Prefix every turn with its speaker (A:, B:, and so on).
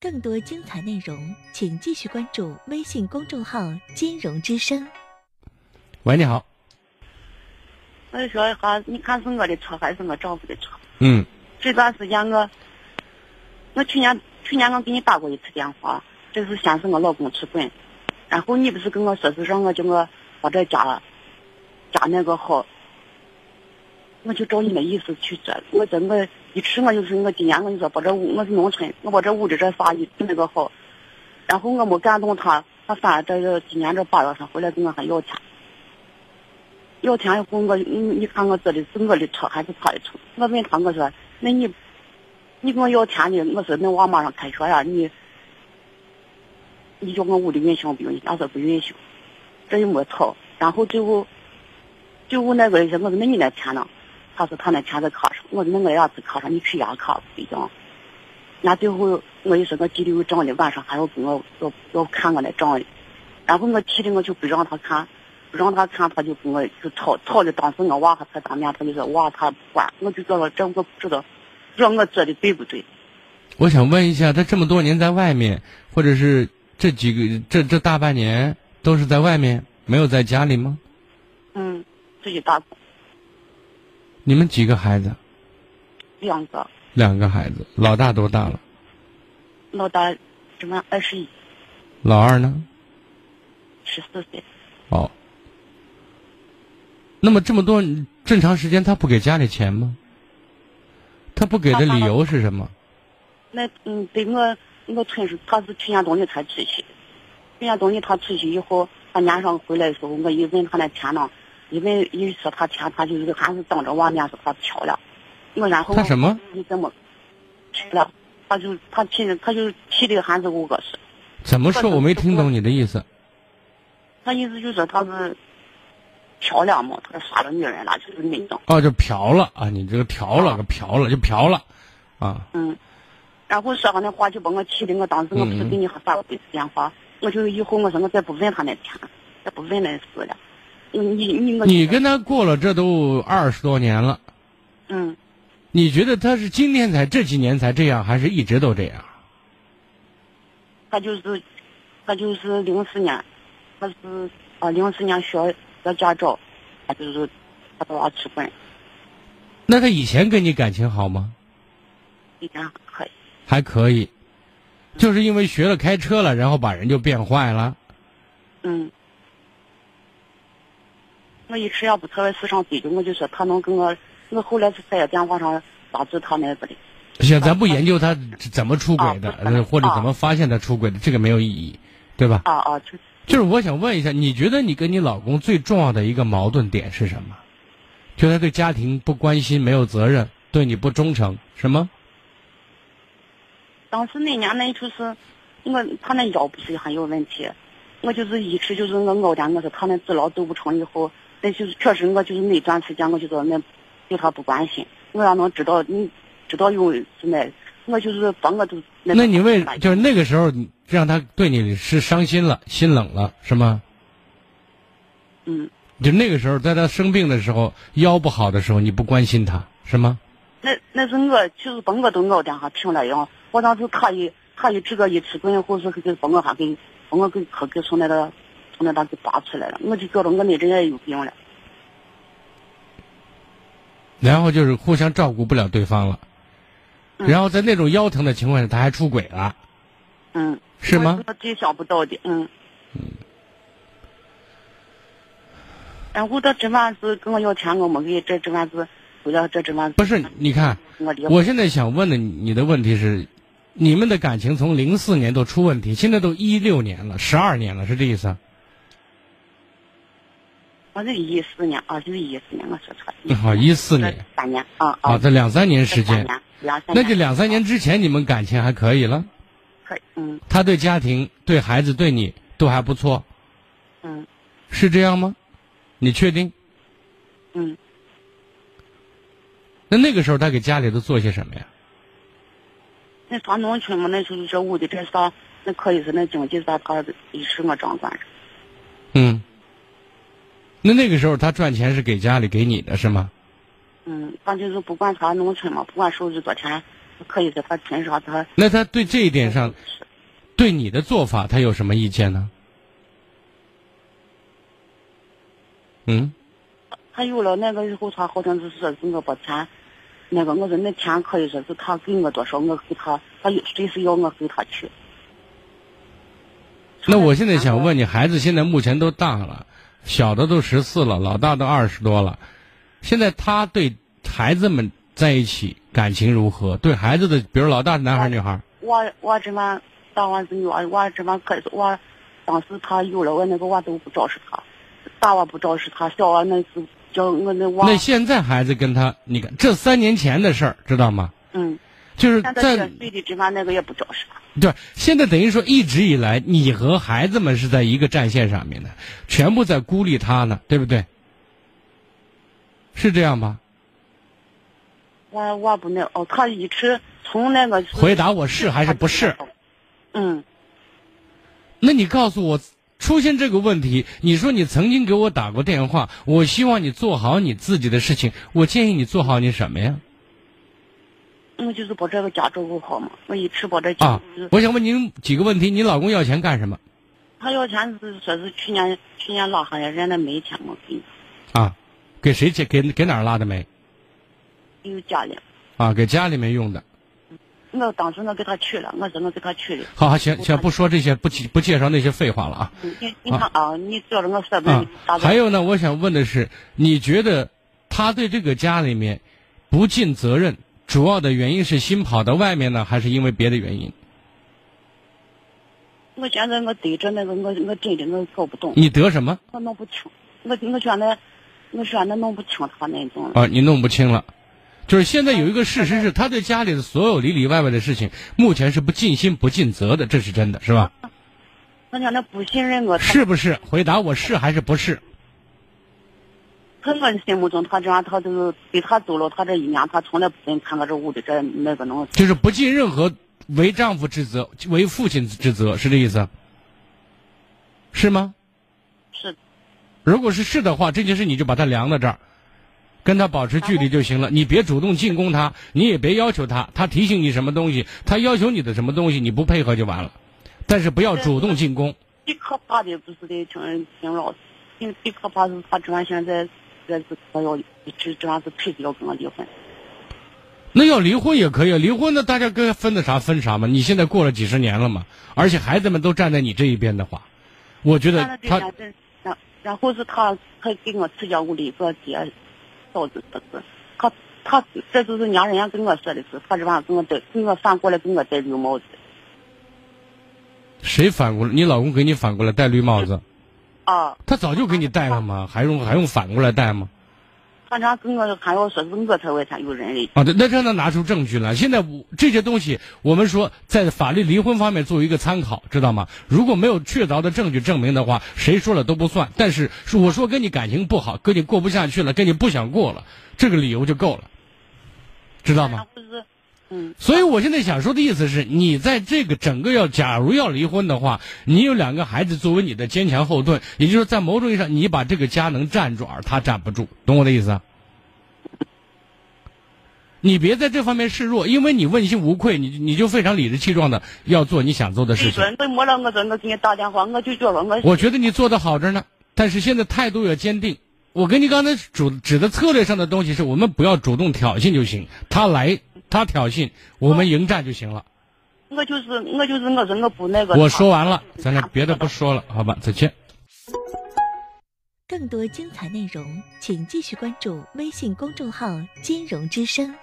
A: 更多精彩内容，请继续关注微信公众号“金融之声
B: 喂，你好。
C: 所以说哈，你看是我的错还是我丈夫的错？
B: 嗯
C: 这段时间我，我去年去年我给你打过一次电话，这是先是我老公出轨，然后你不是跟我说是让我叫我把这家，家那个好，我就照你的意思去做。我这我一吃我就是我今年我就说把这屋我是农村，我把这屋里这啥一那个好，然后我没敢动他，他反而这个今年这八月份回来跟我还要钱，要钱以后我你你看我做的是我的错还是他的错？我问他我说那你，你跟我要钱呢？我说那娃马上开学呀，你，你叫我屋里运行不运行？他说不运行，这又没吵。然后最后，最后那个人说我说那你那钱呢？他说他那钱在卡上。我说那我也在卡上，你去压卡不一样。那最后我一说我记得有账的，晚上还要跟我要要看我那账的。然后我气的我就不让他看，不让他看，他就跟我就吵吵的。当时我娃和他当面，他就说娃他不管，我就说了这我不知道，让我做的对不对？，
B: 我想问一下，他这么多年在外面，或者是这几个这这大半年都是在外面，没有在家里吗？
C: 嗯，自己打工
B: 你们几个孩子？
C: 两个，
B: 两个孩子，老大多大了？
C: 老大什么二十一
B: 老二呢？
C: 十四岁，
B: 哦。那么这么多正常时间，他不给家里钱吗？他不给的理由是什么？
C: 那嗯，对我我村是他是去年冬天才出去，去年冬天他出去以后，他年上回来的时候，我一问他那钱呢，一问一说他钱，他就是还是当着我面说他漂了，我然后
B: 他什么？
C: 你怎么吃了？他就他气他就气的还是我个是，
B: 怎么说？我没听懂你的意思。
C: 他意思就是说他是漂亮嘛，他杀了女人了，就是那种。
B: 哦，就嫖了啊！你这个嫖了，个嫖了，就嫖了，啊！
C: 嗯，然后说上那话就把我气的，我当时我不是给你还打过一次电话，我就以后我说我再不问他那钱，再不问那事了。你你你我
B: 你跟他过了这都二十多年了，
C: 嗯，
B: 你觉得他是今天才这几年才这样，还是一直都这样？
C: 他就是他就是零四年，他是啊零四年学学驾照，他就是他把我出轨，
B: 那他以前跟你感情好吗？
C: 以前还可以，
B: 还可以，就是因为学了开车了，然后把人就变坏了。
C: 嗯。我一直也不特别思想追究，我就说他能跟我，我后来是在电话上打字他那个的，
B: 行，咱不研究他怎么出轨的，
C: 啊不是
B: 呃或者怎么发现他出轨的，这个没有意义，对吧？
C: 啊啊，就
B: 就是我想问一下，你觉得你跟你老公最重要的一个矛盾点是什么？就他对家庭不关心、没有责任，对你不忠诚，什么？
C: 当时那年呢，就是我他那腰不是很有问题，我就是一直就是我熬点，我说他那治疗做不成以后，那就是确实我就是那段时间我就说那对他不关心，我要能知道你知道有是那，我就是把我都那
B: 那你为就是那个时候你让他对你是伤心了、心冷了，是吗？
C: 嗯，
B: 就那个时候，在他生病的时候、腰不好的时候，你不关心他，是吗？
C: 那那是我就是把我都熬点还平了样，我当时他一他一这个一吃棍以后是给把我还给把我给可给从那个从那那给拔出来了，我就觉得我那阵也有病了，
B: 然后就是互相照顾不了对方了，然后在那种腰疼的情况下，他还出轨了，
C: 嗯，
B: 是吗
C: 我我最想不到的，嗯。然后这这晚是跟我要钱，我没给，这这晚是回来，这这晚
B: 不是？你看，
C: 我离婚，
B: 我现在想问的你的问题是，你们的感情从零四年都出问题，现在都一六年了，十二年了，是这意思啊？
C: 我是一四年啊，就是一四年，我说错了，
B: 好，啊哦一四年
C: 三年啊
B: 啊，
C: 啊，
B: 这两三年
C: 这
B: 时
C: 三
B: 间，
C: 年，两三
B: 那就两三年之前你们感情还可以了，
C: 可以，嗯
B: 他对家庭、对孩子、对你都还不错，
C: 嗯
B: 是这样吗？你确定？
C: 嗯，
B: 那那个时候他给家里都做些什么呀？
C: 那上农村嘛，那时候这屋的这啥，那可以是那经济啥，他一直我掌管着，
B: 嗯，那那个时候他赚钱是给家里给你的是吗？
C: 嗯，反正就是不管啥农村嘛，不管收入多钱，可以给他平时他
B: 那他对这一点上，对你的做法，他有什么意见呢？嗯，
C: 他有了那个以后，他好像就是说是我把钱，那个我说那钱可以说是他给我多少，我给他，他有随时要我给他去。
B: 那我现在想问你，孩子现在目前都大了，小的都十四了，老大都二十多了，现在他对孩子们在一起感情如何？对孩子的，比如老大是男孩儿女孩儿？
C: 我我这边当完是女儿，我这边可是我，当时他有了我那个我都不招拾他，大我不招拾他，小我那是叫我那娃
B: 那现在孩子跟他，你看这三年前的事儿，知道吗？
C: 嗯，
B: 就是
C: 现在这
B: 在
C: 岁的这边那个也不招拾他，
B: 对，现在等于说一直以来，你和孩子们是在一个战线上面的，全部在孤立他呢，对不对？是这样吧？
C: 我我不那哦，他一直从那个
B: 回答我是还是不是？？
C: 嗯，
B: 那你告诉我，出现这个问题，你说你曾经给我打过电话，我希望你做好你自己的事情，我建议你做好你什么呀？
C: 我就是把这个家照顾好嘛，我一直把这家、
B: 啊，我想问您几个问题，你老公要钱干什么？
C: 他要钱是说是去年去年拉下来，人家没钱我给
B: 啊，给谁借？给给哪儿拉的煤？
C: 给有家里，
B: 啊，给家里面用的。
C: 我当时我给他去了，我说我给他去了。
B: 好好，行行，不说这些，不介不介绍那些废话了啊。
C: 你你看啊，你觉着我说
B: 啊
C: 的，咋，
B: 还
C: 办？
B: 有呢，我想问的是，你觉得他对这个家里面不尽责任，主要的原因是新跑到外面呢，还是因为别的原因？
C: 我现在我对着那个我我真的我搞不懂，
B: 你得什么
C: 我弄不清，我我觉得我觉得弄不清他那种了。
B: 啊？你弄不清了。就是现在有一个事实是，他对家里的所有里里外外的事情，目前是不尽心不尽责的，这是真的，是吧？
C: 我觉得不信任我，他
B: 是不是？回答我是还是不是？
C: 他我心目中他这样，他就是对他走了，他这一年他从来不跟看我这屋里这那个弄。
B: 就是不尽任何为丈夫之责、为父亲之责，是这意思？啊是吗？
C: 是的
B: 如果是是的话，这件事你就把他量到这儿，跟他保持距离就行了。你别主动进攻他，你也别要求他。他提醒你什么东西，他要求你的什么东西，你不配合就完了。但是不要主动进攻。
C: 最可怕的不是得听人听老师，因为最可怕是他这样现在这是他要一直这样是非得要跟我离婚。
B: 那要离婚也可以，离婚呢，大家该分的啥分啥嘛。你现在过了几十年了嘛，而且孩子们都站在你这一边的话，我觉
C: 他
B: 得
C: 这
B: 他
C: 边真，然然后是他他给我自家屋里一个爹嫂子的事，他他这就是娘人家跟我说的是，他这玩意跟我戴跟我反过来跟我戴绿帽子，
B: 谁反过来？你老公给你反过来戴绿帽子，
C: 啊，
B: 他早就给你戴了嘛，还用还用反过来戴吗？
C: 他这样跟我还要说是我才为他有人的，
B: 啊，对，那这能拿出证据来。现在我这些东西，我们说在法律离婚方面做一个参考，知道吗？如果没有确凿的证据证明的话，谁说了都不算。但是是我说跟你感情不好，跟你过不下去了，跟你不想过了，这个理由就够了，知道
C: 然
B: 吗
C: 后？是，嗯，
B: 所以我现在想说的意思是，你在这个整个要，假如要离婚的话，你有两个孩子作为你的坚强后盾，也就是说，在某种意义上，你把这个家能站住，而他站不住，懂我的意思啊？你别在这方面示弱，因为你问心无愧，你你就非常理直气壮的要做你想做的事
C: 你
B: 情
C: 说。我没了，我说我给你打电话，我就觉着我
B: 我觉得你做的好着呢，但是现在态度要坚定。我跟你刚才主指的策略上的东西是，我们不要主动挑衅就行，他来他挑衅，我们迎战就行了。
C: 我就是我就是我说我不那个。
B: 我说完了，咱俩别的不说了，好吧？再见。
A: 更多精彩内容，请继续关注微信公众号“金融之声”。